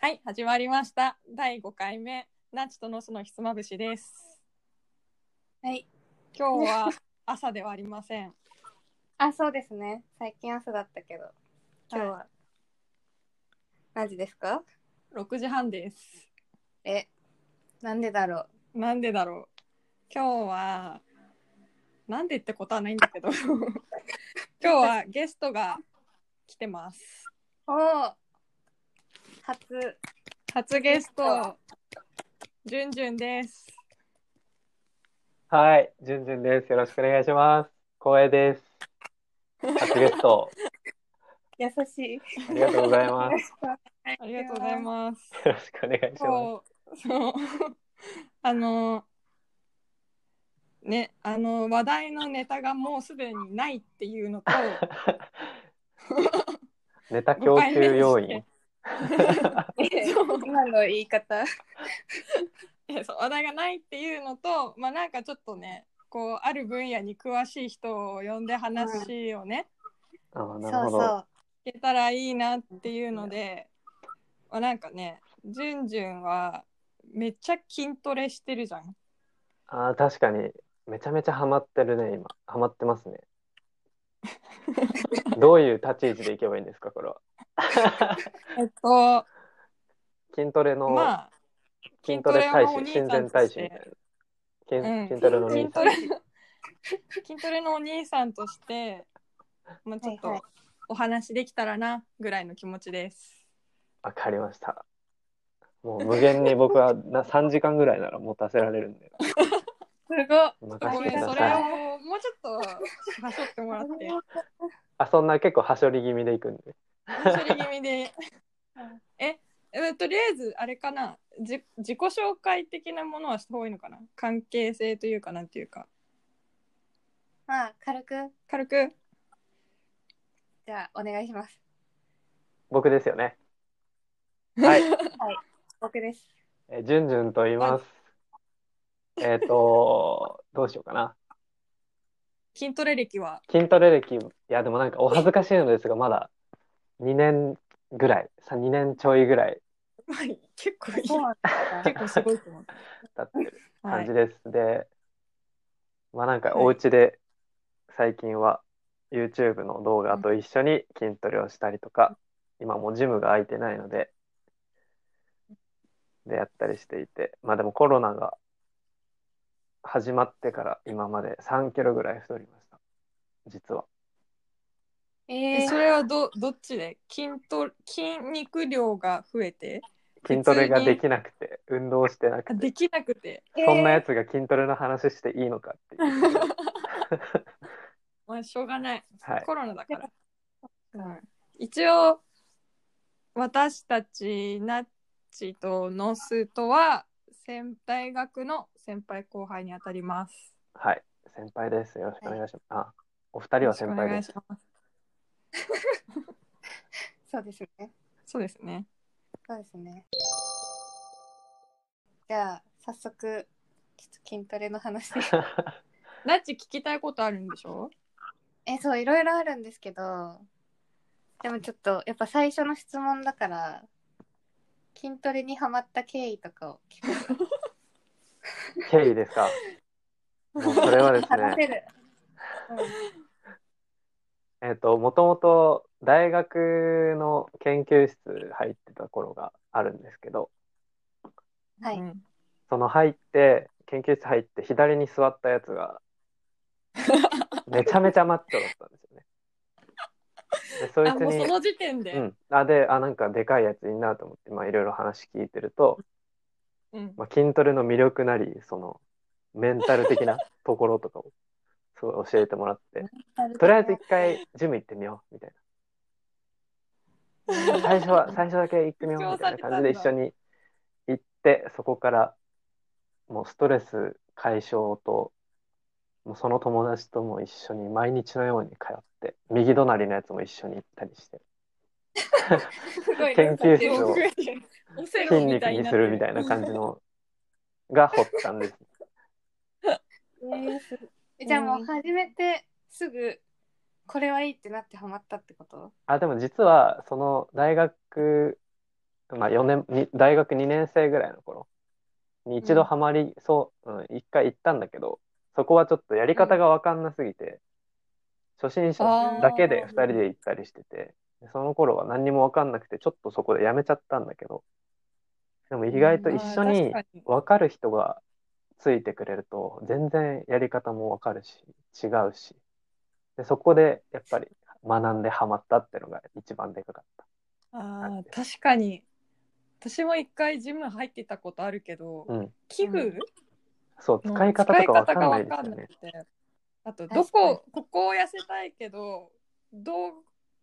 はい、始まりました。第5回目、ナチとノスのひつまぶしです。はい。今日は朝ではありません。あ、そうですね。最近朝だったけど、今日は。何時ですか6時半です。え、なんでだろう。なんでだろう。今日は、なんでってことはないんだけど、 今日はゲストが来てます。おお初。初ゲスト、じゅんじゅんです。はい、じゅんじゅんです。よろしくお願いします。光栄です。初ゲ スト、優しい。ありがとうございます。ありがとうございます。よろしくお願いしまそう、そう。あの、ね、あの、話題のネタがもうすでにないっていうのと、 す。 ネタ供給誤要解 員。 す。今の言い方。えそう話題がないっていうのと、まあなんかちょっとね、こう、ある分野に詳しい人を呼んで話をね、ああ、そなうるほど。そう。聞けたらいいなっていうので、まあ、なんかね、じゅんじゅんはめっちゃ筋トレしてるじゃん。ああ、確かに、めちゃめちゃハマってるね、今。ハマっ てますね。どういう立ち位置でいけばいいんですか、これは。えっと、筋トレの、まあ、筋トレ大使、筋トレのお兄親さんと善して大使みたいうな。ん筋筋トレのお兄筋さトレ筋トレのお兄さん。んとして、まあ、ちょっはいはといお話できたらなぐらいの気持ちです。わかりました。もう無限に僕はな3時間ぐらいなら持たせられるんで、すごい。ご任せめてんくだそされいを。もうちょっとはしょってもらってあ、そんな結構はしょり気味でいくんで。はしょり気味でええとりあえずあれかなじ自己紹介的なものはした方がいいのかな関係性というかなんていうかまあ、軽く、軽くじゃあ、お願いします。僕ですよね。はい。僕です。えー、じゅんじゅんと言います。えっ、と、どうしようかな。 筋トレ歴は筋トレ歴、いや、でもなんかお恥ずかしいのですが、まだ2年ぐらい、さ2年ちょいぐらいまあ 結構いいそうなんだ結構すごいと思う。経ってるは感いじ、です。で、まあなんかお家で最近は YouTube の動画と一緒に筋トレをしたりとか、今もうジムが空いてないので、でやったりしていて、まあでもコロナが始まってから今まで3キロぐらい太りました。実は。 ええそー、れはどどっちで筋トレ筋肉量が増えて筋トレが普通にできなくて、運動してなあくて、できなく て、そんなやつが筋トレの話していいのかっていう。まあ、しょうがないはい。コロナだから。一応私たちナッチとノスとは先大学の先輩後輩にあたります。はい。先輩です。よろしくお願いします。あ、お二人は先輩よろでしすく。お願いします。そうですね。そうですね。そうですね。じゃあ、早速、ちょっと筋トレの話。ナッチ聞きたいことあるんでしょえそういろいろあるんですけどでもちょっとやっぱ最初の質問だから筋トレにハマった経緯とかを聞く 経緯 ですか。もうそれはです話せね、る、えっ、と、もともと大学の研究室入ってた頃があるんですけど、うんはい、うんその入って、研究室入って左に座ったやつが、 めちゃめちゃマッチョだったんですよね。で、そいあもうつそに、の時点で。うん。あ、で、あ、なんかでかいやついいなと思って、まあいろいろ話聞いてると、うんまあ、筋トレの魅力なり、その、メンタル的なところとかを、すごい教えてもらって、とりあえず一回ジム行ってみようみたい な最初は最初だけ行ってみようみたいな感じで一緒に行ってそこからもうストレス解消ともうその友達とも一緒に毎日のように通って右隣のやつも一緒に行ったりしてすごい研究室手をを増えてオセロ筋み肉たいにになっすてるみたいな感じのが発端ですえーすえじゃあもう始めてすぐこれはいいってなってハマったってことあ、でも実は、その大学まあ4年、に大学2年生ぐらいの頃に一度ハマり、そう、うん、一回行ったんだけど、そこはちょっとやり方がわかんなすぎて、初心者だけで2人で行ったりしてて、その頃は何にもわかんなくて、ちょっとそこでやめちゃったんだけど、でも意外と一緒にまあ確かにわかる人がついてくれると、全然やり方もわかるし、違うし、でそこでやっぱり学んでハマったってのが一番でかかった。あー確かに私も一回ジム入ってたことあるけど、うん。器具そう、の使い方とかわかんない使です方がわかよんなね。くてあとどこここを痩せたいけどどう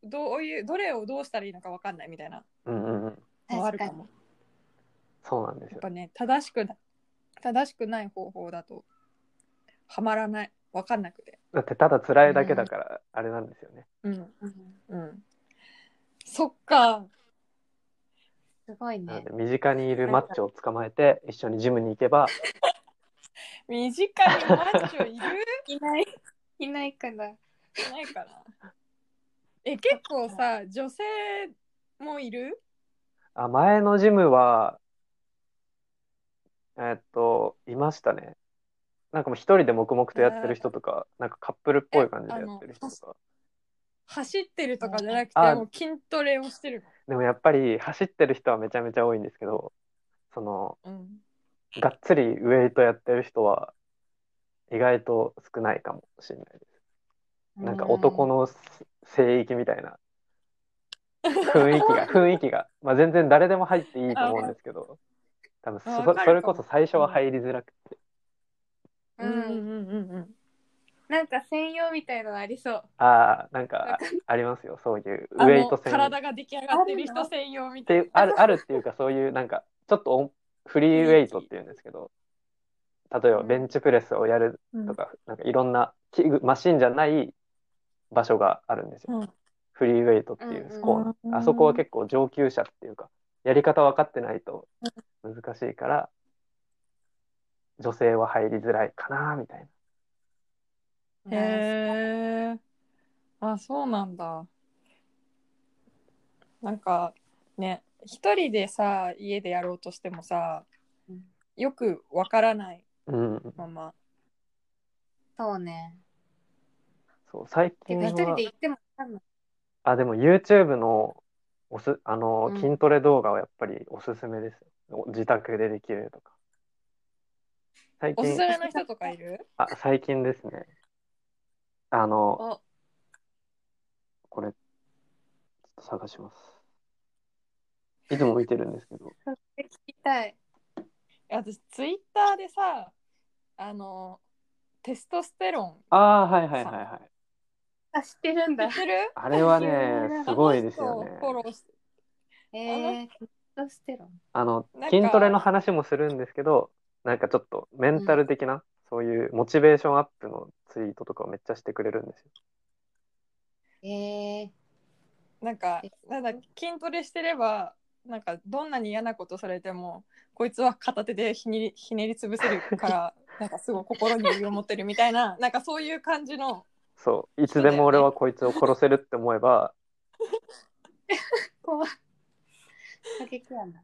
どういうどれをどうしたらいいのかわかんないみたいなうんうんうん。のはある確かかもに。そうなんでやすっよ。ぱね正しくな正しくない方法だとはまらないわかんなくてだってただ辛いだけだから、あれなんですよね。うんうんうんそっかすごいなのねで、。身近にいるマッチョを捕まえて、一緒にジムに行けば、身近にマッチョいるいない。いないかな。いないかなえ結構さ女性もいるあ、前のジムは、えーっと、いましたね。なんかもう一人で黙々とやってる人とか、なんかカップルっぽい感じでやってる人とか。走ってるとかじゃなくあてもう筋トレをしてるでもやっぱり走ってる人はめちゃめちゃ多いんですけど、その、の、うん、がっつりウェイトやってる人は、意外と少ないかもしれないです。なんか男のす聖域みたいな雰囲気が、雰囲気が、まあ、全然誰でも入っていいと思うんですけど、多分そあわかるかもそれこそ最初は入りづらくて、ううんうんん。うんうんなんか専用みたいなのありそう。ああ、な んかありますよ、そういうウあェイトの専用っ体が出来上がってる人専用みたていいなう、ある、あるっていうかそういうなんか、ちょっとオンフリーウェイトっていうんですけど、例えばベンチプレスをやるとか、なんかいろんな器具、マシンじゃない場所があるんですよ。うんフリーウェイトっていうスコーナー、うんうんあそこは結構上級者っていうかやり方分かってないと難しいから女性は入りづらいかなみたいへえ。あ、そうなんだ。なんかね、一人でさ、家でやろうとしてもさうん、よくわからないな、うん、まま。そうね。そう最て近か一人はで行ってもわかんない。あでも YouTube のおすあのうん筋トレ動画はやっぱりおすすめですよ、自宅でできるとか最おす近すめの人とかいるあ最近ですねあのお、これちょっと探しますいつも見てるんですけどそれ聞きたい。私、ツイッターでさ、あの、テストステロン。ああ、はいはいはいはい。あ、知ってるん知だっ。てるあれはね有名な、すごいですよねあの人を。フォローしてえー、テストステロン。あのなん、か筋トレの話もするんですけど、なんかちょっとメンタル的な、そういうモチベーションアップのツイートとかをめっちゃしてくれるんですよ。えー、なんか、なんだ、筋トレしてれば、なんか、どんなに嫌なことされても、こいつは片手でひねりひねりつぶせる から、なんかすごい心に余裕を持ってるみたいな、なんかそういう感じの、そう、いつでも俺はこいつを殺せるって思えば、怖い。過激やな。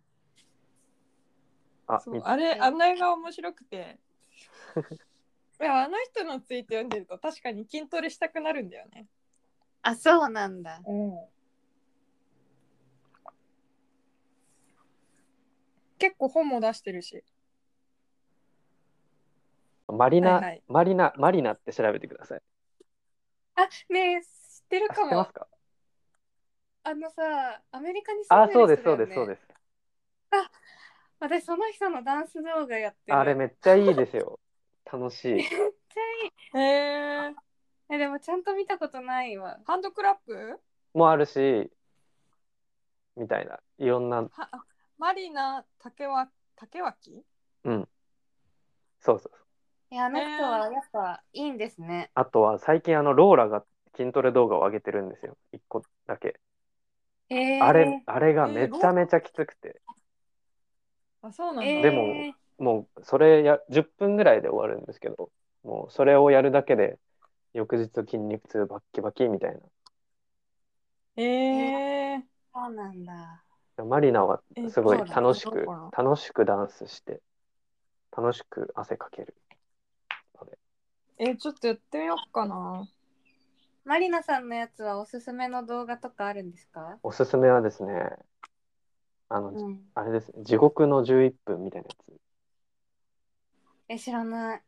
あ、そうみあれ、あんなが面白く て。いや、あの人のツイート読んでると、確かに筋トレしたくなるんだよね。あ、そうなんだ。結構本も出してるし。マリナ、はいはいマリナ、マリナって調べてください。あ、ねえ、知ってるあ知かってまもす。かあのさ、アメリカに住んあ、でる人だそよ、うね。。です、そうです、そうですす。私、その人のダンス動画やってる。あれめっちゃいいですよ。楽しい。へえ。え、でもちゃんと見たことないわ。ハンドクラップもあるし、みたいな。いろんな、はあマリナ竹は竹脇そうそう。いや、あの人はやっぱいいんですね。あとは最近あのローラが筋トレ動画を上げてるんですよ。一個だけ。えー、あれ、あれがめちゃめちゃきつくて。あそうなんだ、えー、でももうそれや、10分ぐらいで終わるんですけど、もうそれをやるだけで、翌日筋肉痛バッキバキみたいな。えー、そうなんだ。でもマリナはえすごいそうだ楽しどうくか、楽しくダンスして、楽しく汗かける。え、ちょっとやってみようかな。マリナさんのやつはおすすめの動画とかあるんですかおすすめはですね、あの、うん。あれですね、地獄の11分みたいなやつ。ちょえ、知らない。っ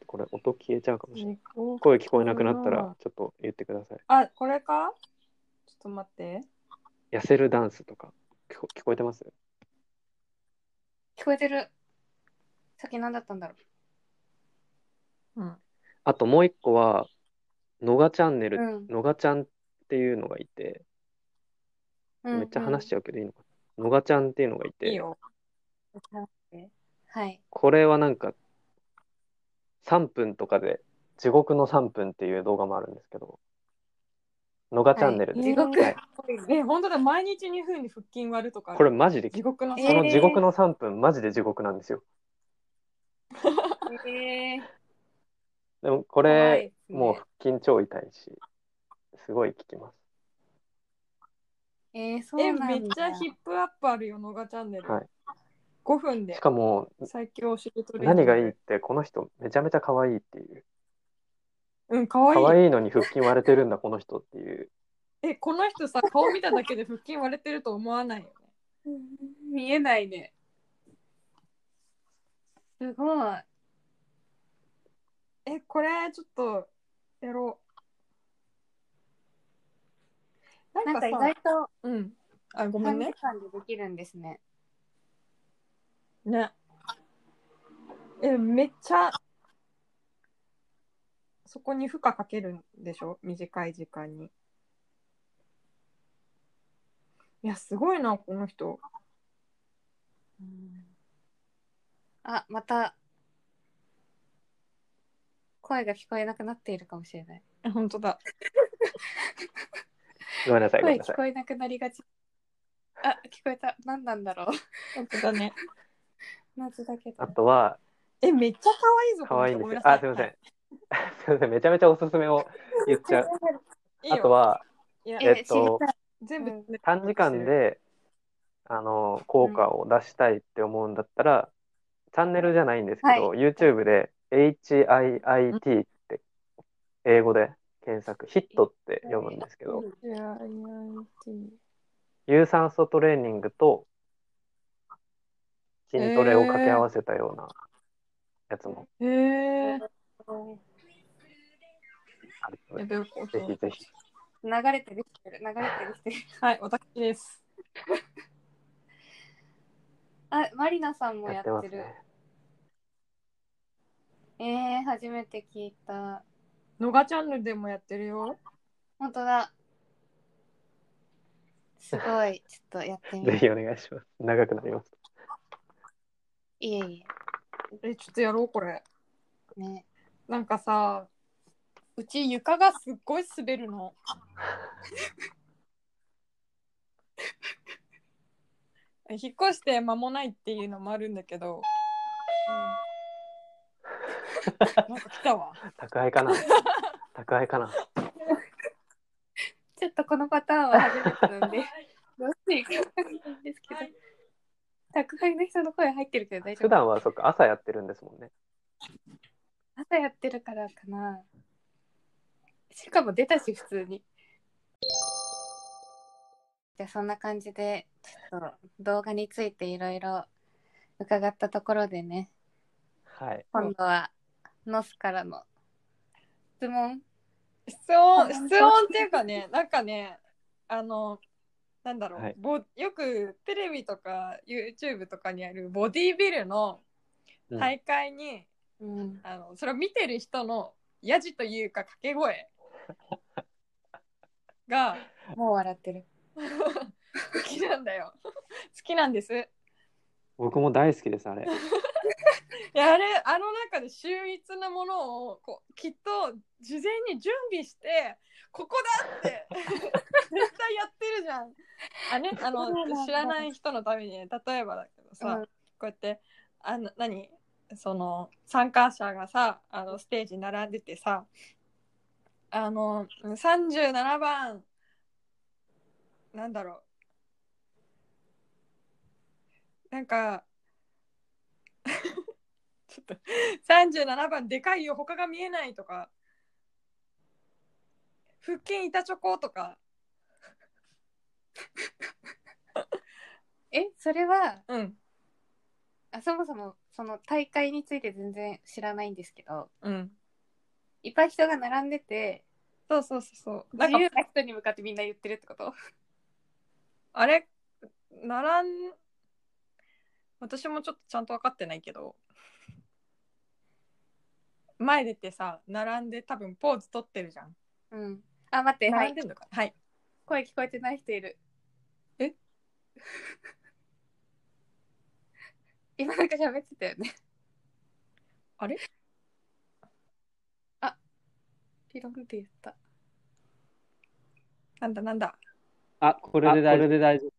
とこれ音消えちゃうかもしれない。地獄声聞こえなくなったうらん、ちょっと言ってください。あ、これかちょっと待って。痩せるダンスとか、聞こ聞こえてます聞こえてる。さっき何だったんだろうん。あともう一個は、のがチャンネう。ル、うん。のがちゃんっていうのがいて、うんめっちゃ話しちゃうけどいいのかな。のがちゃんっていうのがいて、いいよ。はい。これはなんか、3分とかで、地獄の3分っていう動画もあるんですけど、のがチャンネルではいす。地獄はいえ、本当だ。毎日2分で腹筋割るとか。これマジで、地獄のえさーその地獄の3分、マジで地獄なんですよ。えでもこかわれい、いもう腹筋超痛いし、すごい効きます。ー、えー、そうえ、なんだ。めっちゃヒップアップあるよ、のがチャンネル。はい5分でしかも、最強しりとり。何がいいっ。て、この人めちゃめちゃ可愛いっていう。うん、かわいい可。愛いのに腹筋割れてるんだ、この人っていう。え、この 人さ、顔見ただけで腹筋割れてると思わないよね。見えないね。すごい。え、これちょっとやろう。ななんんかかさ、意外とうん。あ、ごめ短んね。時間でできるんですね。ね。え、めっちゃ、そこに負荷かけるんでしょ短い時間に。いや、すごいな、この人。あ、また声が聞こえなくなっているかもしれない。え、本当だ。ごめんなさい、ごめ声んなさ聞い。こえなくなりがち。あ、聞こえた。何なんだろう。本当だね。 謎だけどあ。とは、 え、めっちゃ可愛いぞ、可愛いんですよ。このあ、人すいません。はすいません。めちゃめちゃおすすめを言っちゃう。いいよあとは、いやえ、えっと知りたい。全部、短時間で、あの、効果を出したいって思うんだったら、チャンネルじゃないんですけど、YouTube で HIIT って、英語で検索、ヒットって読むんですけど、いやいやい有酸素トレーニングと筋トレを掛け合わせたようなやつもやへえあるのー。で、やべえこぜひとぜひ。流れてできてる。流れてできてる。はい、私です。あ、マリナさんもややってまっすてる。ね。えー、初めて聞いた。のがチャンネルでもやってるよ。本当だ。すごい。ちょっとやってみぜる。ひお願いします。長くなります。いえいえ、ちょっとやろう、これ。え。ね。なんかさ、うち床がすっごい滑る の。え引っ越して間もないっていうのもあるんだけど、なんか来たわ。宅配か な宅配かなちょっとこのパターンは初めてなん で、どうしていいかわかんないんですけど、宅配の人の声入ってるけど大丈普夫段はそっか朝やってるんですもんね。朝やってるからかな。しかも出たし、普通に。じゃあそんな感じで、ちょっと動画についていろいろ伺ったところでね、はい。今度はノスからの質問。質問質問っていうか ねなんかねあのなんだろう、はいぼよくテレビとか YouTube とかにあるボディービルのうん大会に、うん、あのそれを見てる人のやじというか掛け 声が もう笑ってる。好きなんだよ好きなんですい僕も大好きです、あれ。やあれあの中で秀逸なものをこうきっと事前に準備してここだって 絶対やってるじゃんあね、あのそうなんだ知らない人のためにね例えばだけどさ、うんこうやってあの何その参加者がさあのステージに並んでてさあの37番なんだろなんかちょっと37番でかいよ他が見えないとか腹筋板チョコとかえそれはうんあそもそもその大会について全然知らないんですけどうんいっぱい人が並んでてそうそうそうそうな自んか由な人に向かってみんな言ってるってことあれ並ん私もちょっとちゃんと分かってないけど前出てさ並んで多分ポーズ取ってるじゃんうんあ待っては並んいでんのかなはい声聞こえてない人いるえ 今なんか喋ってたよねあれピロンって言ったなんだなんだあ、これで大丈夫。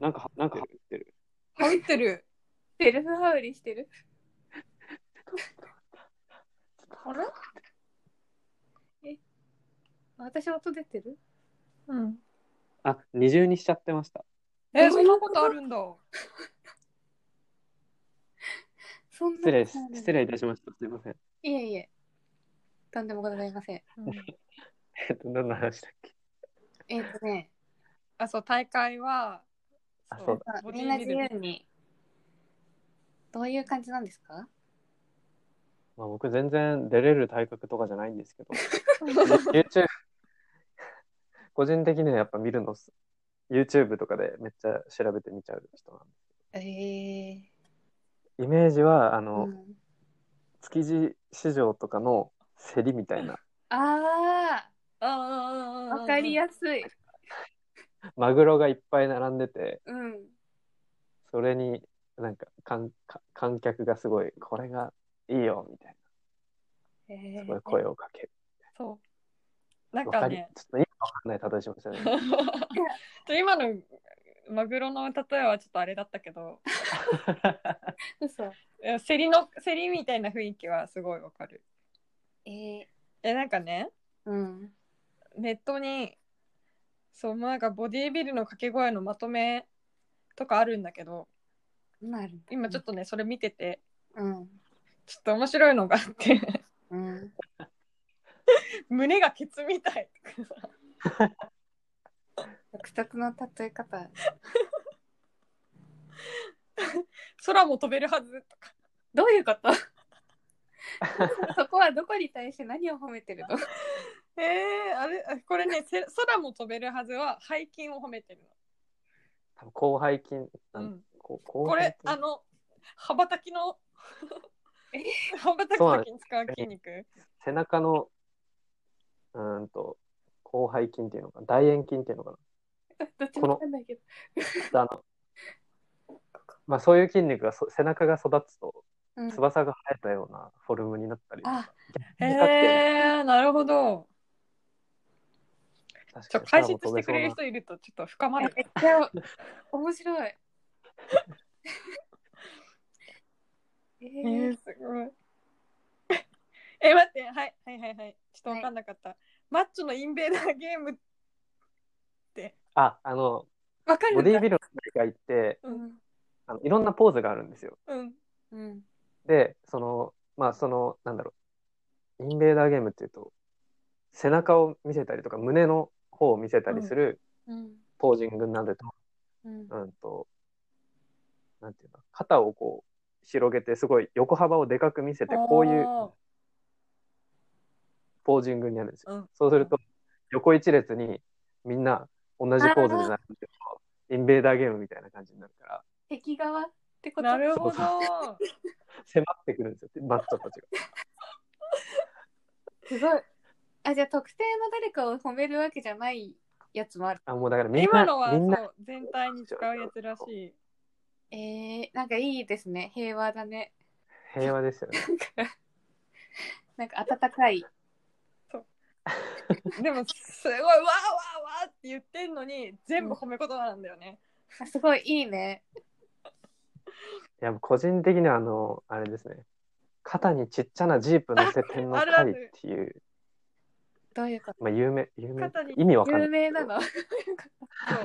なんか、なんか入ってる。入ってるセルフハウリしてるあれ私音出てるうんあ、二重にしちゃってました。えそんなことあるんだそん失な礼ですことある失礼いたしました。すみません。いえいえとんでもございませんえっと、何の話だっけえっ、ー、とねあそう大会はあそうまあボデみィんなービ自ル由にどういう感じなんですかまあ、僕全然出れる体格とかじゃないんですけど、YouTube、個人的にはやっぱ見るのす、YouTube とかでめっちゃ調べて見ちゃう人なえー、んで。イメージは、あうの、ん、築地市場とかの競りみたいな、ああーあわかりややすいマグロがいっぱい並んでて、うんそれになんか観か観客がすごい、これがいいよ、みたいえな、すごいー、声をかける。そうなんわかかりね、ちょっと意味わかんない例えしましたね。 ちょ今のマグロの例えはちょっとあれだったけど 嘘え競りの競りみたいな雰囲気はすごいわかるえー、えなんかねうんネットにそうもうなんかボディービルの掛け声のまとめとかあるんだけどなる今ちょっとね、それ見ててうんちょっと面白いのがあって うん胸がケツみたいとかさ独特の例え方空も飛べるはずとかどういうこと そこはどこに対して何を褒めてるのえー、あれあこれねせ空も飛べるはずは背筋を褒めてる多分後背筋、の、うん、ここれあの羽ばたきのえ 羽ばたく時に使う筋肉背中の、うーんと、広背筋っていうのかな、大円筋っていうのかな。どっちもわかんないけどちょっとあの、まあそういう筋肉がそ背中が育つと、うん翼が生えたようなフォルムになったりとか、へ立ってえー、なるほど確ちかょに解空も説して飛べくそうれなる人いるとちょっと深まめっるちゃ 面 白い。ええーー、すごい。 え、待って、はい、はい、はい、はい。ちょっとわかんなかった。マッチョのインベーダーゲーム、あ、あの、わかるボんだディービルの大会って、うんあのいろんなポーズがあるんですよ。うん、うんで、その、まあその、なんだろう、インベーダーゲームっていうと、背中を見せたりとか、胸の方を見せたりするうんポージングになると、うんうんと、なんていうの、肩をこう、広げて、すごい横幅をでかく見せて、こういうあポージングになるんですよ。ー。うん、そうすると、横一列にみんな同じポーズになるんですけど、インベーダーゲームみたいな感じになるから、敵側ってことなるほど。そう迫ってくるんですよ、マッチョたちが。すごい。あじゃあ特定の誰かを褒めるわけじゃないやつもある。あ、もうだからみんな、今のはみんな、そう全体に使うやつらしい。えー、なんかいいですね。平和だ ね。平和ですよね。なんか温かい。でも、すごい、わーわーわーって言ってんのに、全部褒め言葉なんだよね。あすごいいいね。いや、個人的にはあの、あれですね、肩にちっちゃなジープ乗せてんのあるあ会っるていう、どういうことまあ、有名、有名肩に、意味わかんない。有 名なのそ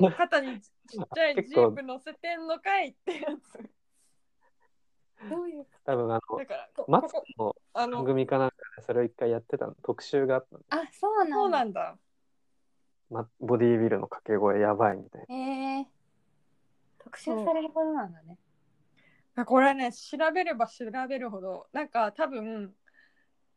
う肩にちっちゃいジ結構ープ乗せてんのかいってやつ。どういう多分あのだからこ、マツここコあの番の、組かなんかでそれを一回やってたの特集があったのあ、そうそうななんだ。んだ。まボディービルの掛け声やばいみたいなえー、特集されるほどなんだね。これね、調べれば調べるほど、なんか多分、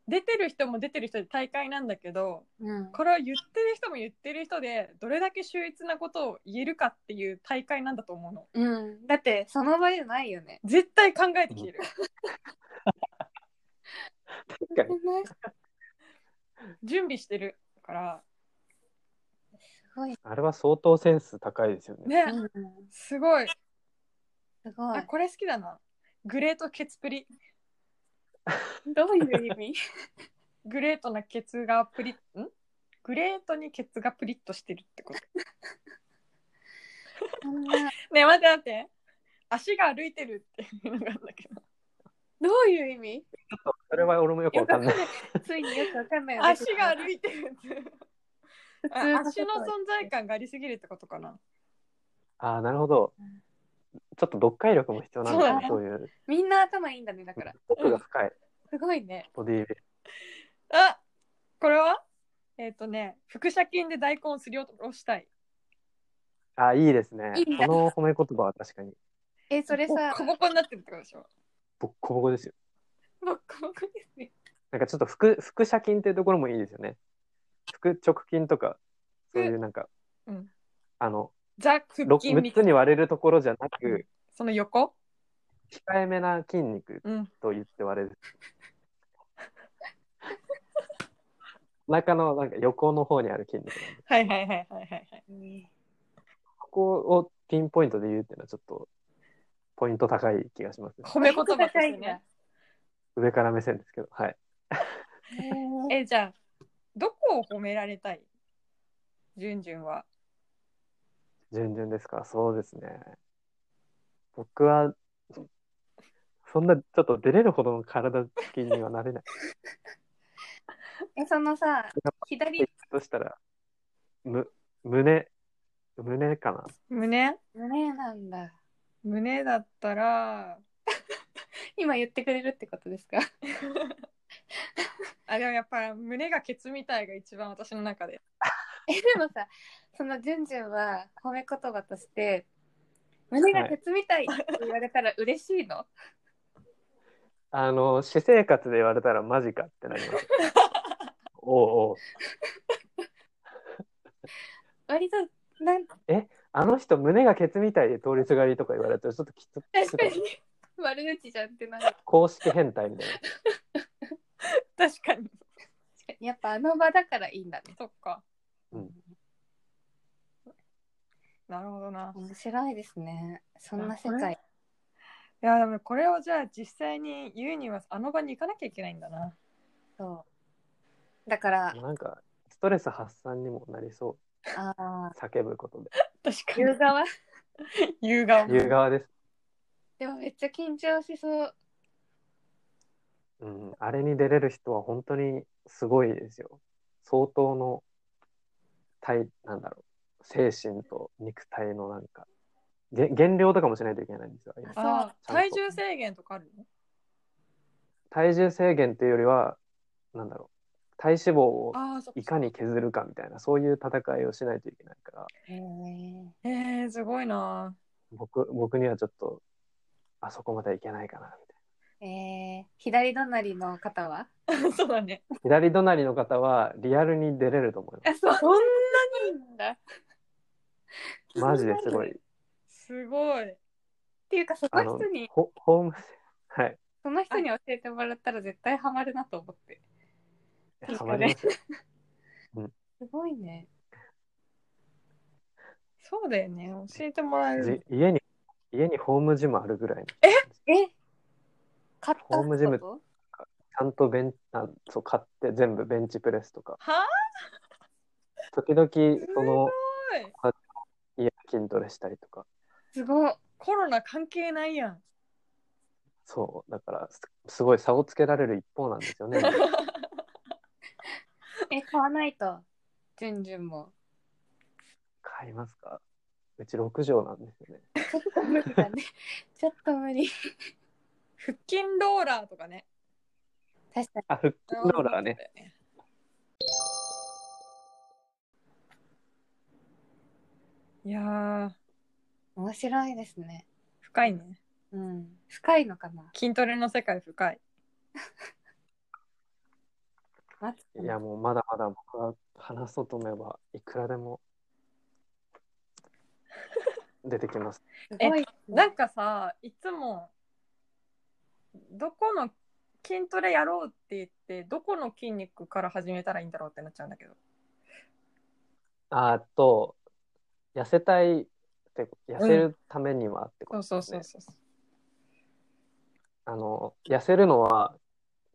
出てる人も出てる人で大会なんだけど、うん。これは言ってる人も言ってる人で、どれだけ秀逸なことを言えるかっていう大会なんだと思うの。うん。だって、その場じゃないよね。絶対考えてきてる。確かに準備してるから。すごい。あれは相当センス高いですよねね、うん。すごい。すごあ、い。これ好きだな。グレートケツプリ。どういう意味 グレートなケツがプリんグレートにケツがプリッとしてるってこと。そんな ねえ待って待って。足が歩いてるっていうのがあるんだけど。どういう意味それは俺もよくわかんないついによくわかんない足がる。歩いてる って。普あ通の足の存存在感がありすぎるってことかな。ああなるほどちょっと読解力も必要なんだねそそういうみんな頭いいんだね、だから。奥が深いすごいね。ボディービルあこれはえっ、とね、腹斜筋で大根をすりおろしたい。あーいいですねいいねこの褒め言葉は確かにえ、それさボ、コボコになってるってことでしょ。ボッコボコですよボッコボコですね。なんかちょっと腹腹斜筋っていうところもいいですよね腹直筋とかそういうなんか、うんあのザ・腹ろ筋みた6ついにな。割れるところじゃなく、その横控えめな筋肉うん。と言って割れ る。中のなんか横の方にある筋肉なんで、はいはいはいはいはいはい。ここをピンポイントで言うっていうのはちょっとポイント高い気がしますね、褒め言葉としてね。上から目線ですけど、はい。え、じゃあ、どこを褒められたいジュンジュンは。順々ですか、そうですね。僕は、そんなちょっと出れるほどの体つきにはなれない。え、そのさ、左としたら、む、胸、胸かな。胸胸なんだ。胸だったら、今言ってくれるってことですか あ、でもやっぱ胸がケツみたいが一番私の中で。え、でもさ、そのジュンジュンは褒め言葉として、胸が鉄みたいって言われたら嬉しいの、あの、私生活で言われたらマジかってなります。おうおう割と、なんあの人胸がケツみたいで通りすがりとか言われたらちょっときつきつ確くなかいに悪口じゃんってなる。確公式変態みたいな。確かに。かにやっぱあの場だからいいんだね。そっか。うんなるほどな。面白いですね。そんな世界。いや、でもこれをじゃあ実際に言うには、あの場に行かなきゃいけないんだな。そう。だから、なんか、ストレス発散にもなりそああ、う。叫ぶことで。確か言う側に。言うが。言う側です。でもめっちゃ緊張しそう。うん。あれに出れる人は本当にすごいですよ。相当の、体、なんだろう。精神と肉体のなんか、げ減量とかもしないといけないんですよ。今あーそう体重制限とかあるの体重制限っていうよりは、なんだろう。体脂肪をああ、そっいかに削るかみたいなそういう戦いをしないといけないからへえ。えー、すごいな。 僕僕にはちょっとあそこまではいけないかなみたいえー、左隣の方はそうだね。な左隣の方はリアルに出れると思いまあ、そう。そんななんだ。っすマジですごいすごい。ていうか、そあのの人に、ホホームセはいその人に教えてもらったら絶対ハマるなと思って。いいですハねマりますよすごいね。そうだよね。教えてもらえる。じ家に家にホームジムあるぐらいのちえ買ったホームジムってこゃんとベンあそう買って全部ベンチプレスとかは時々すそのごい。家で筋トレしたりとかとすごい。コロナ関係ないやん。そうだからすすごい差をつけられる一方なんです よねえ、買わないと。ジュンジュンも。買いますかうち6畳なんですよね。ちょっと無理だね。 ちょっと無理。腹筋ローラーとかね。確かに。あ、腹筋ローラーね。。いやー、面白いですね。深いね。うん。深いのかな筋トレの世界深い。マツコいや、もうまだまだ僕は話そうと思えば、いくら でも出てきます。すごいですね。なんかさ、いつも、どこの筋トレやろうって言って、どこの筋肉から始めたらいいんだろうってなっちゃうんだけど。あと、痩せたいって、痩せるためにはってことそうですそね。うそうそう。あの、痩せるのは、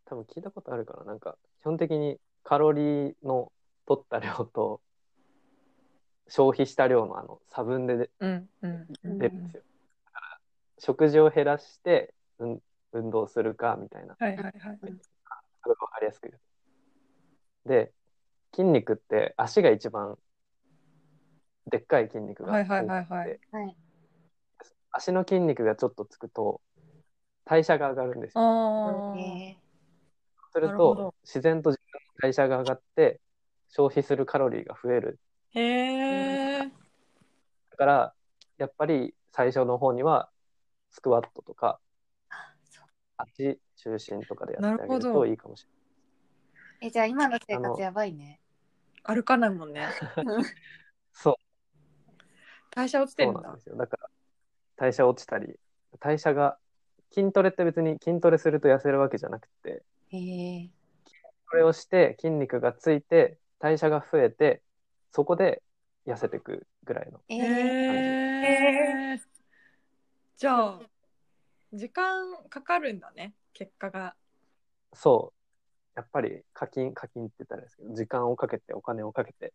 多分聞いたことあるかな。なんか、基本的にカロリーの取った量と、消費した量のあの差分でうんうんうん。出るんですよ。だから食事を減らして、うん、運動するかみたいな、はいはいはい。すごいわかりやすく言う。で、筋肉って足が一番でっかい筋肉がはい多くて、はいはいはい。はい。足の筋肉がちょっとつくと代謝が上がるんですよ。あーえするなるほどと自然と自分の代謝が上がって消費するカロリーが増える。へえ。だからやっぱり最初の方にはスクワットとかそう足中心とかでやってあなるげほるどといいかもしれない。ーえ、じゃあ今の生あの活やばいね。歩かないもんね。そう代謝落ちてそるうんなんだで。すよ。だから代謝落ちたり代謝が筋トレって別に筋トレすると痩せるわけじゃなくてへえ。これをして筋肉がついて代謝が増えてそこで痩せてくぐらいのえへー、え。じゃあ、時間かかるんだね、結果が。そうやっぱり課金課金って言ったらあれですけど時間をかけてお金をかけて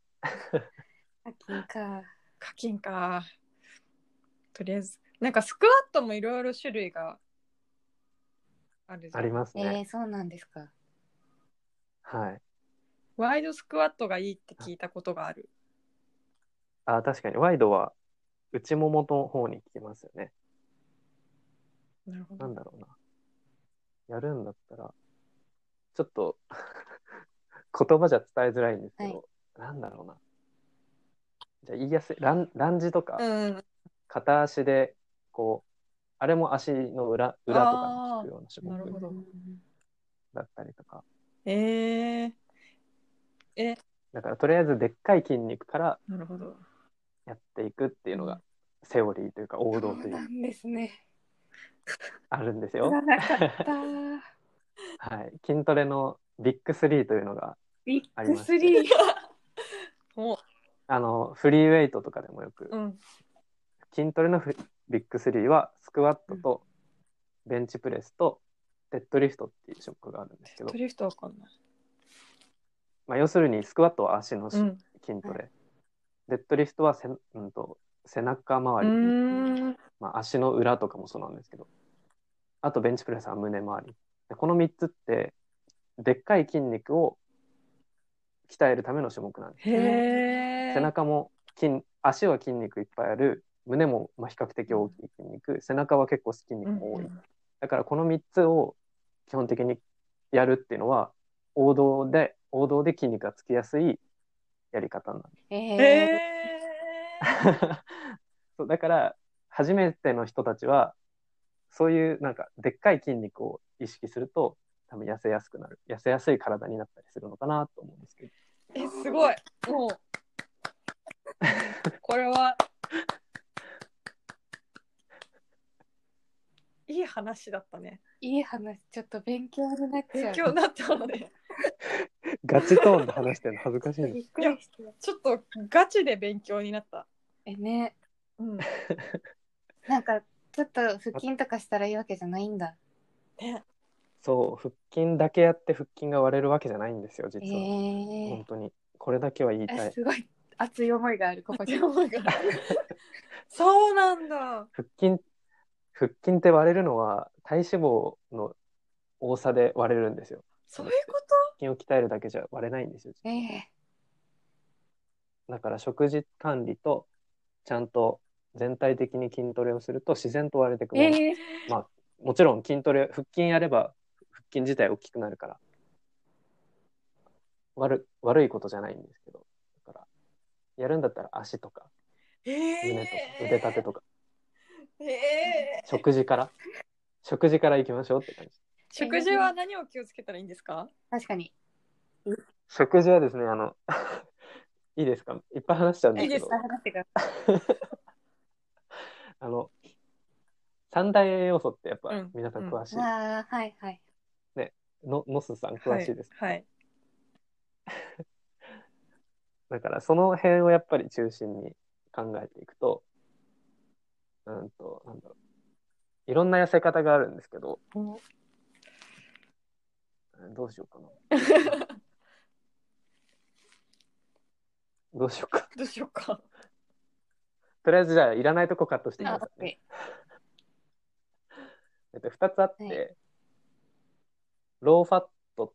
課金か。課金か。とりあえず、なんかスクワットもいろいろ種類があるじゃあんりますえね、ー、そうなんですか。はいワイドスクワットがいいって聞いたことがある。あ確かにワイドは内ももの方に効きますよねなるほなど。んだろうなやるんだったらちょっと 言葉じゃ伝えづらいんですけど、なんだろうなじゃあ言いやすいランランジとか、うん。片足でこうあれも足の裏裏とかに効くような種なる目ほど。だったりとかええだからとりあえずでっかい筋肉からなるほど。やっていくっていうのがセオリーというか王そ道うというなんですね。あるんです知よら、なかった。はい、筋トレのビッグスリーというのがビあッりグましスリー。おあのフリーウェイトとかでもよくうん。筋トレのフビッグスリーはスクワットとベンチプレスとデッドリフトっていう種目があるんですけどト、リフトわかんない。まあ、要するにスクワットは足のしうん。筋トレ、デッドリフトはせん、うん、と背中う周り、ーん。まあ、足の裏とかもそうなんですけどあとベンチプレスは胸周りでこの3つってでっかい筋肉を鍛えるための種目なんですへえ。背中も筋足は筋肉いっぱいある胸もまあ比較的大きい筋肉背中は結構筋肉も多うい、んうんだからこの3つを基本的にやるっていうのは王道で王道で筋肉がつきやすいやり方なんですえへー、え。 そうだから初めての人たちはそういうなんかでっかい筋肉を意識すると多分痩せやすくなる痩せやすい体になったりするのかなと思うんですけどえ、すごい。もう。これは。いい話だったね。いい話、ちょっと勉強になっちゃ勉う。強になったので、ガチトーンで話してるの恥ずかしいびっくりした。ちょっとガチで勉強になった。えね、 うん。なんかちょっと腹筋とかしたらいいわけじゃないんだ。 ね、 そう腹筋だけやって腹筋が割れるわけじゃないんですよえ実は、ー本、当にこれだけは言いたえいすごい熱い思いがあるここに。そうなんだ。腹筋腹筋って割れるのは体脂肪の多さで割れるんですよそういうこと。腹筋を鍛えるだけじゃ割れないんですよええだから食事管理とちゃんと全体的に筋トレをすると自然と割れてくもの、ええもちろん筋トレ腹筋やれば腹筋自体大きくなるから悪悪いことじゃないんですけどだからやるんだったら足とか胸とか腕立てとかえー食事から食事からいきましょうって感じ食事は何を気をつけたらいいんですか確かに。食事はですねあ のいいですかいっぱい話しちゃうんですけどいいですあ話してくださあの三大栄養素ってやっぱうん皆さん詳しい、い。ああ、はいはい。ののすさん詳しいです、はい。だからその辺をやっぱり中心に考えていくとうんとなんだろういろんな痩せ方があるんですけどうんどうしようかな どうしようか どうしようか。とりあえずじゃあいらないとこカットしてくあオださッいケねえっと、2つあって、はローファットっ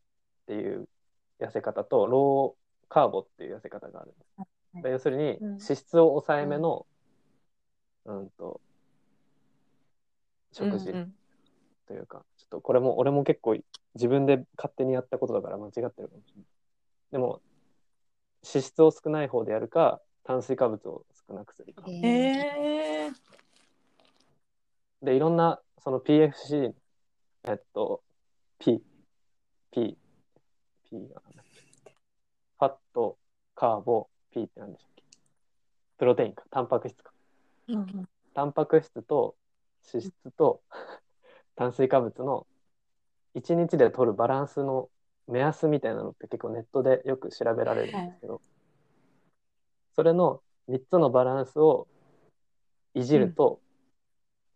ていう痩せ方とローカーボっていう痩せ方があるんです。はいで要するにうん脂質を抑えめの、うん、と食事うんうんというか、ちょっとこれも俺も結構自分で勝手にやったことだから間違ってるかもしれない。でも脂質を少ない方でやるか炭水化物を少なくするか。ー。ええーでいろんなその PFC えっと P P P がなんだっけファットカーボ P って何でしたっけプロテインかタンパク質かうんタンパク質と脂質と炭水化物の1日で取るバランスの目安みたいなのって結構ネットでよく調べられるんですけど、それの3つのバランスをいじると、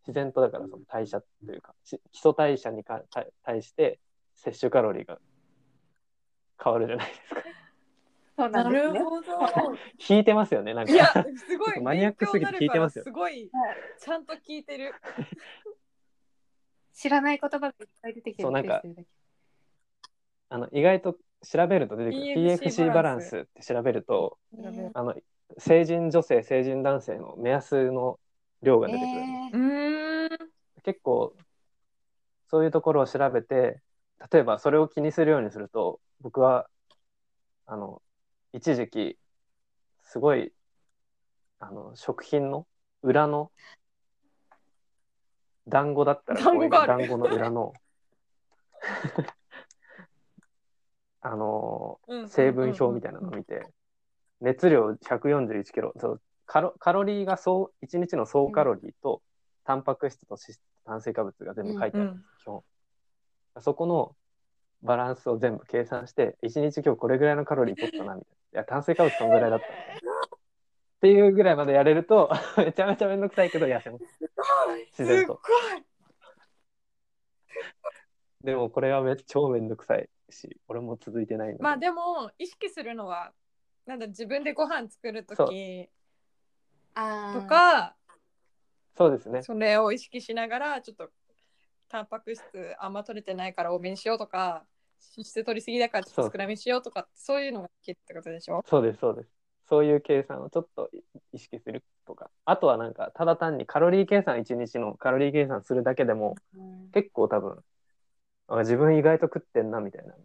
自然とだからその代謝というかし基礎代謝にか対対して摂取カロリーが変わるじゃない ですかそうななんでするね。ほど。引いてますよねなん かいや、すごちょっとい。マニアックすぎて聞いてますよ勉強になるからすごいはい、ちゃんと聞いてる。知らない言葉がいっぱい出てきてそうなんかびっくりするだけあの意外と調べると出てくる PFC PFC バランスって調べると調べる あの成人女性成人男性の目安の量が出てくるんです、えうーん。結構そういうところを調べて例えばそれを気にするようにすると僕はあの一時期すごいあの食品の裏の団子だったら団子があるこういう団子の裏の あのうん成分表みたいなのを見て、熱量141キロそうカロカロリーが総1日の総カロリーと、タンパク質と脂質炭水化物が全部書いてある、うん基本そこのバランスを全部計算して1日今日これぐらいのカロリー取ったなみたいないや炭水化物そのぐらいだったっていうぐらいまでやれると めちゃめちゃめんどくさいけど痩せますす自っ然ごいと。でもこれはめっちゃ超めんどくさいし俺も続いてないのでまあでも意識するのはなんだ自分でご飯作るそう時あとー、かそうですねそれを意識しながらちょっとタンパク質あんま取れてないから多めにしようとか脂質取りすぎだからちょっと少なめにしようとかそういうのがいけってことでしょそうですそうですそういう計算をちょっと意識するとかあとはなんかただ単にカロリー計算1日のカロリー計算するだけでもうん結構多分あ自分意外と食ってんなみたいな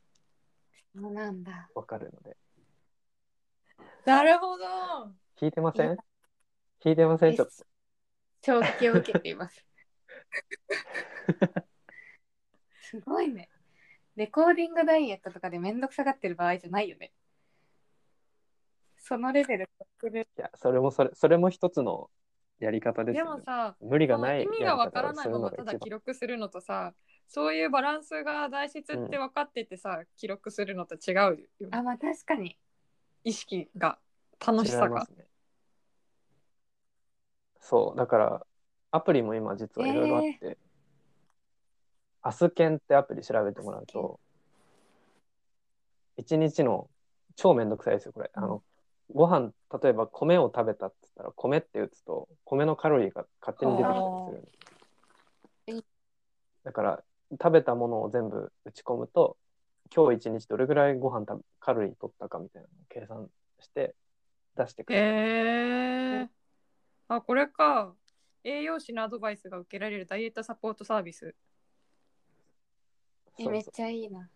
そうなんだ。わかるのでなるほど聞いてませいやん聞いてませんちょっと衝撃を受けています。すごいね。レコーディングダイエットとかでめんどくさがってる場合じゃないよね。そのレベル超えてるいやそれもそれそれも一つのやり方ですでよ、もね、さ無理がない意味がわからやないりま方をまするたのだが一記番録するのとさそういうバランスが大切って分かっててさ、記録するのと違うよねあ、まあ確かに。意識が楽しさ違いまがすねそうだからアプリも今実はいろいろあって、アスケンってアプリ調べてもらうと一日の超めんどくさいですよこれ、あのご飯例えば米を食べたっつったら米って打つと米のカロリーが勝手に出てきたりするんあーですだから食べたものを全部打ち込むと今日一日どれぐらいご飯食べカロリー取ったかみたいなのを計算して出してくれるへえあ、これか。栄養士のアドバイスが受けられるダイエットサポートサービス。えそうめっそうちゃいいな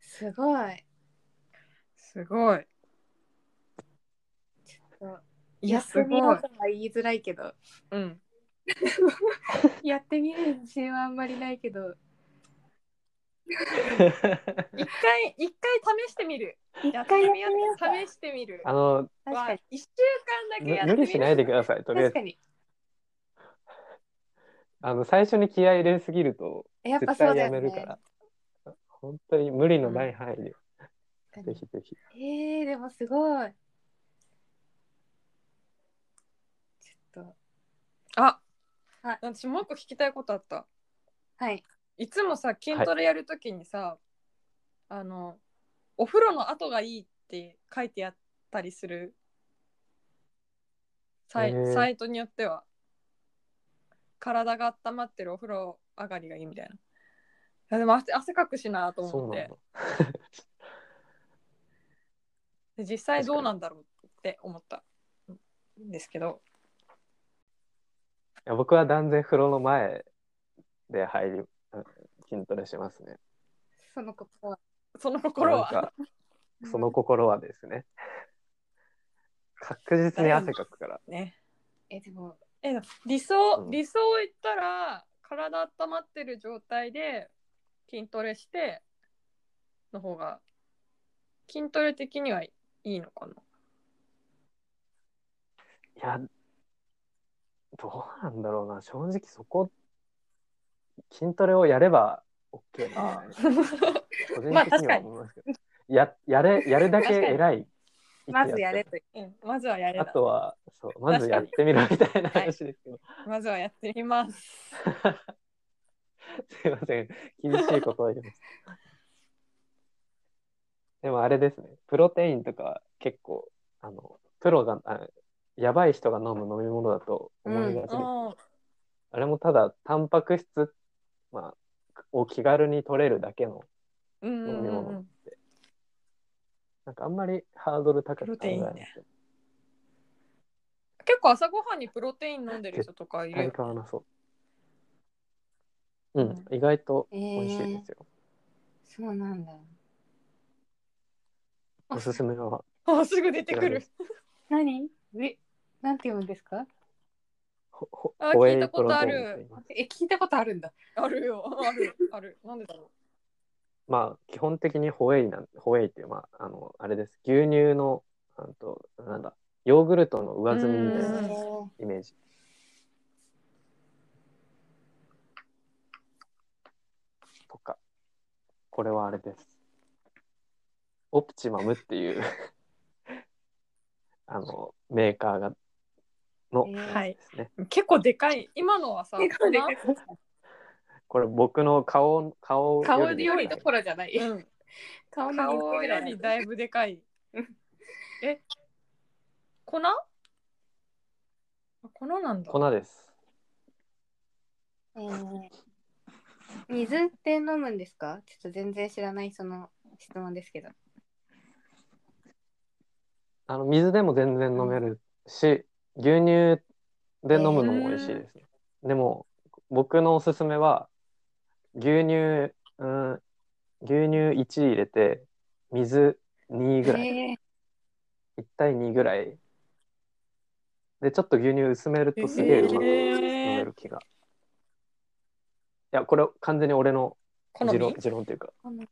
すごいすごい。いや、すってみよごういと。は言いづらいけどうん。やってみる自信はあんまりないけど一回、一回試してみる。一やって回やみってみよよううか試してみる。 あの、確かに一週間だけむやってみる。無理しないでください、とりあえ確ず。かにあの、最初に気合い入れすぎると、やっぱそ絶うだ対やよめねるから。本当に無理のない範囲で、ぜひぜひ。えー、でもすごいちょっとあ、はい私もう一個聞きたいことあった。はいいつもさ筋トレやるときにさ、あのお風呂の後がいいって書いてあったりするサイ,、へーサイトによっては体が温まってるお風呂上がりがいいみたいないやでも汗汗かくしなとそう思っなんてだ。で実際どうなんだろうって思ったんですけどいや僕は断然風呂の前で入りうん筋トレしますね。そのことはその心はなんかその心はですね。確実に汗かくから。ねえでもえ理想、うん理想を言ったら体温まってる状態で筋トレしての方が筋トレ的にはいいのかないや、どうなんだろうな。正直そこ、筋トレをやれば OK なんじゃない個人まあ的に確かはに思いますけど。や、やれ、やるだけ偉い。まずやれという うん、まずはやれあだとは、そう、まずやってみるみたいな話ですけど。まずはやってみますすいません。厳しいことを言います。でもあれですね。プロテインとかは結構、あの、プロが、あやばい人が飲む飲み物だと思いがちです、うんあれもただ、タンパク質、まあ、を気軽に取れるだけの、うんうんうんうんなんかあんまりハードル高く考えなプロくテインてね結構朝ごはんにプロテイン飲んでる人とかいも、るよ体わなそう。うん、う意外とえ美味しいーですよ。そうなんだーおすすめは、 あすぐ出てくる何えなんて読むんですかほほあホエイ聞いたことあるプロテインと言いますえ聞いたことあるんだあるよあるあるなんでだろまあ、基本的にホエイなん、ホエイっていう、まあ、あの、あれです。牛乳の、あんと、なんだ、ヨーグルトの上積みみえたいなうんーイメージ。とか、これはあれです。オプチマムっていう、 あの、メーカーが、のえーはいうですね。う結構でかい今のはさ結構でかいこれ僕の顔、顔顔よりよりどころじゃない。うん顔の二顔倍ぐらよいりだいぶでかいうん。え粉粉なんだ。粉です。えー水って飲むんですかちょっと全然知らないその質問ですけど。あの水でも全然飲めるし、牛乳で飲むのも美味しいですね。でも僕のおすすめは牛乳、うん、牛乳1入れて水2ぐらい、え1対2ぐらいでちょっと牛乳薄めるとすげえうまく飲める気が。いやこれ完全に俺の好み持論持論というか好み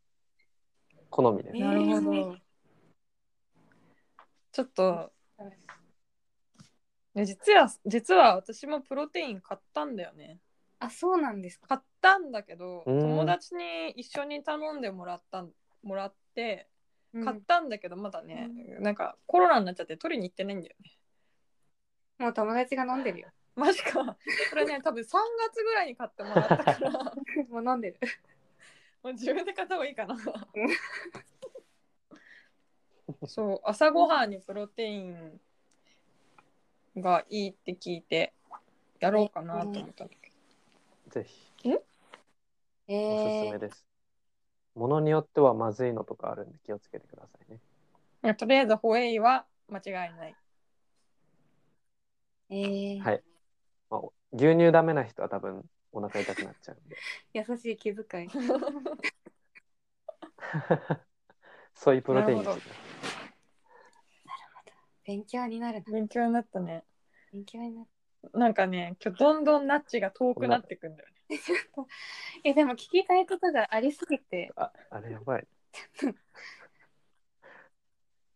好みです。えなるほど。ちょっと、ね実は、実は私もプロテイン買ったんだよね。あ、そうなんですか。買ったんだけど、うん友達に一緒に頼んでもらったんもらって、買ったんだけど、まだね、なんかコロナになっちゃって取りに行ってないんだよね。もう友達が飲んでるよ。 マジか。これね、多分3月ぐらいに買ってもらった から、ももう飲んでる。う自分で買った方がいいかな。そう朝ごはんにプロテインがいいって聞いてやろうかなと思ったんだけぜひえおすすーめ、です。ものによってはまずいのとかあるんで気をつけてくださいね。 ど、とりあえずホエイは間違いないええはいまあ、牛乳ダメな人は多分お腹痛くなっちゃうんで 優しい気遣い。ソイプロテインになるほしてください勉強になるな。勉強になったね。勉強になる。なんかね、今日どんどんナッチが遠くなってくんだよね。え、でも聞きたいことがありすぎて。ああれやばい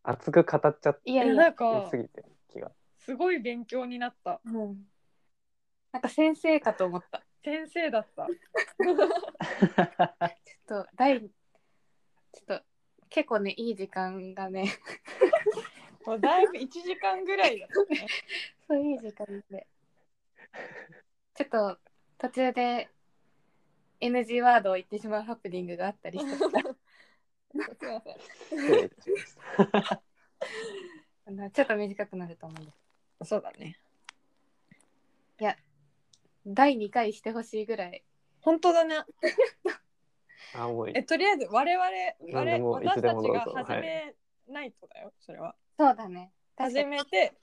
熱く語っちゃっいいやいやな。んかてすぎて気がすごい勉強になった。うん。なんか先生かと思った。先生だった。ちょっと、第、ちょっと、結構ね、いい時間がね、もうだいぶ1時間ぐらいだったね。 そういい時間で。ちょっと、途中で NG ワードを言ってしまうハプニングがあったりした からすいません。失礼いたしましたあのちょっと短くなると思うんです。 そうだね。第2回してほしいぐらい。本当だね。あもういえ、とりあえず我々、なん我々でもいつ私でたもちどうぞが始めないとだよ、それは。そうだね。確か始に。めて、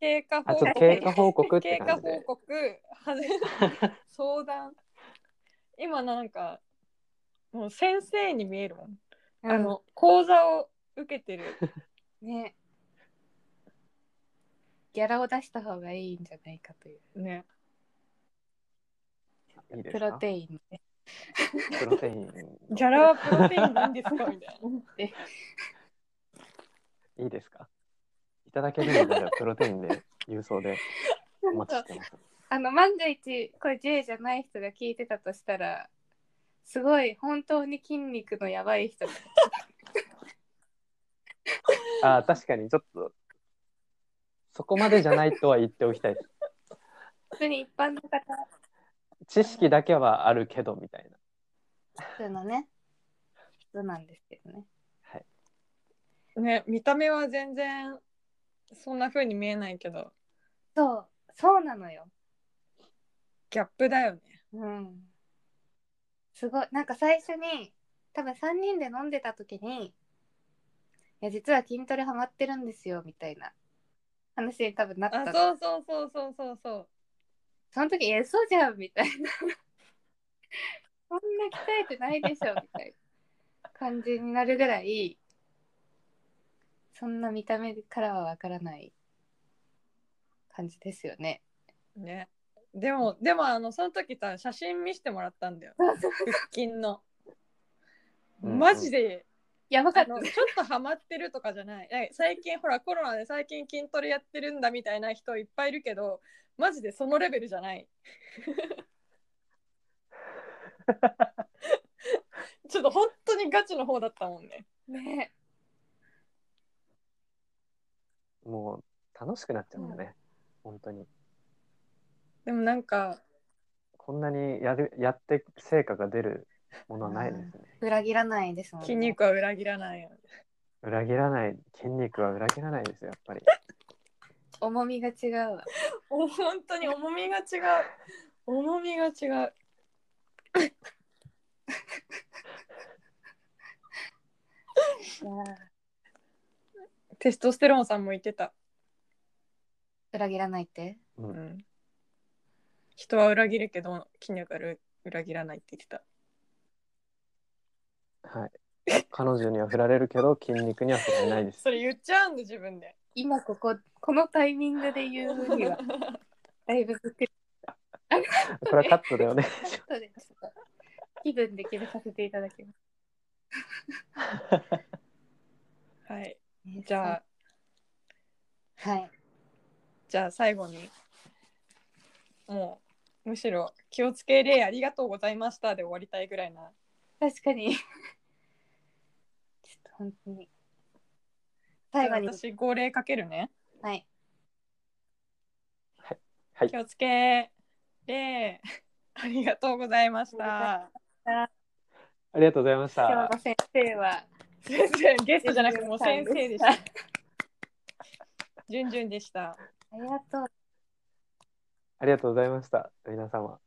経過あ報ちょっ告と。経過報告っ経て感過じ報で告、はじ相談。今なんか、もう先生に見えるもん。あの、講座を受けてる。ね。ギャラを出した方がいいんじゃないかという。 ね。いいですプかロテインで。プロテインギャラはプロテインなんですかみたいな。いいですかいただけるのでじゃあプロテインで郵送でお待ちしてますあの万が一これ J じゃない人が聞いてたとしたらすごい本当に筋肉のやばい人だあ確かにちょっとそこまでじゃないとは言っておきたいです普通に一般の方知識だけはあるけどみたいな普通のね普通なんですけどねね、見た目は全然そんな風に見えないけど、そうそうなのよギャップだよね。うんすごいなんか最初に多分3人で飲んでた時に「いや実は筋トレハマってるんですよ」みたいな話に多分なっあ、たのそうそうそうそうそうそう。その時、え、そうじゃんみたいな。 そんな鍛えてないでしょみたいな感じになるぐらい、そんな見た目からはわからない感じですよね。ね。でも、でも、あの、その時さ、写真見せてもらったんだよ。腹筋の。うんマジで、やばかあったの、。ちょっとハマってるとかじゃない。え最近、ほら、コロナで最近筋トレやってるんだみたいな人いっぱいいるけど、マジでそのレベルじゃ ない。ちょっと本当にガチの方だったもんね。ね。もう楽しくなっちゃうんだね、本当にでもなんか、こんなにやるやって成果が出るものはないですね裏切らないですもんね。筋肉は裏切らないよね。裏切らない筋肉は裏切らないですよやっぱり重みが違うわ。お本当に重みが違う。重みが違う。いやーテストステロンさんも言ってた。裏切らないってううん、人は裏切るけど筋肉は裏裏切らないって言ってた。はい彼女には振られるけど筋肉には振られないですそれ言っちゃうんで自分で。今ここ、このタイミングで言う には、だいぶずっくりこれはカットだよねとで、ちょっと気分で決めさせていただきます。 はい。じゃああ、はい。じゃあ最後にもうむしろ気をつけれありがとうございましたで終わりたいぐらいな。確かに。ちょっと本当に。最後に。私号令かけるね。はい。はい気をつけれありがとうございました。ありがとうございまし今た日の先生は。先生ゲストじゃなくてもう先生でした。じゅんじゅんでした。ありがとう。ありがとうございました皆様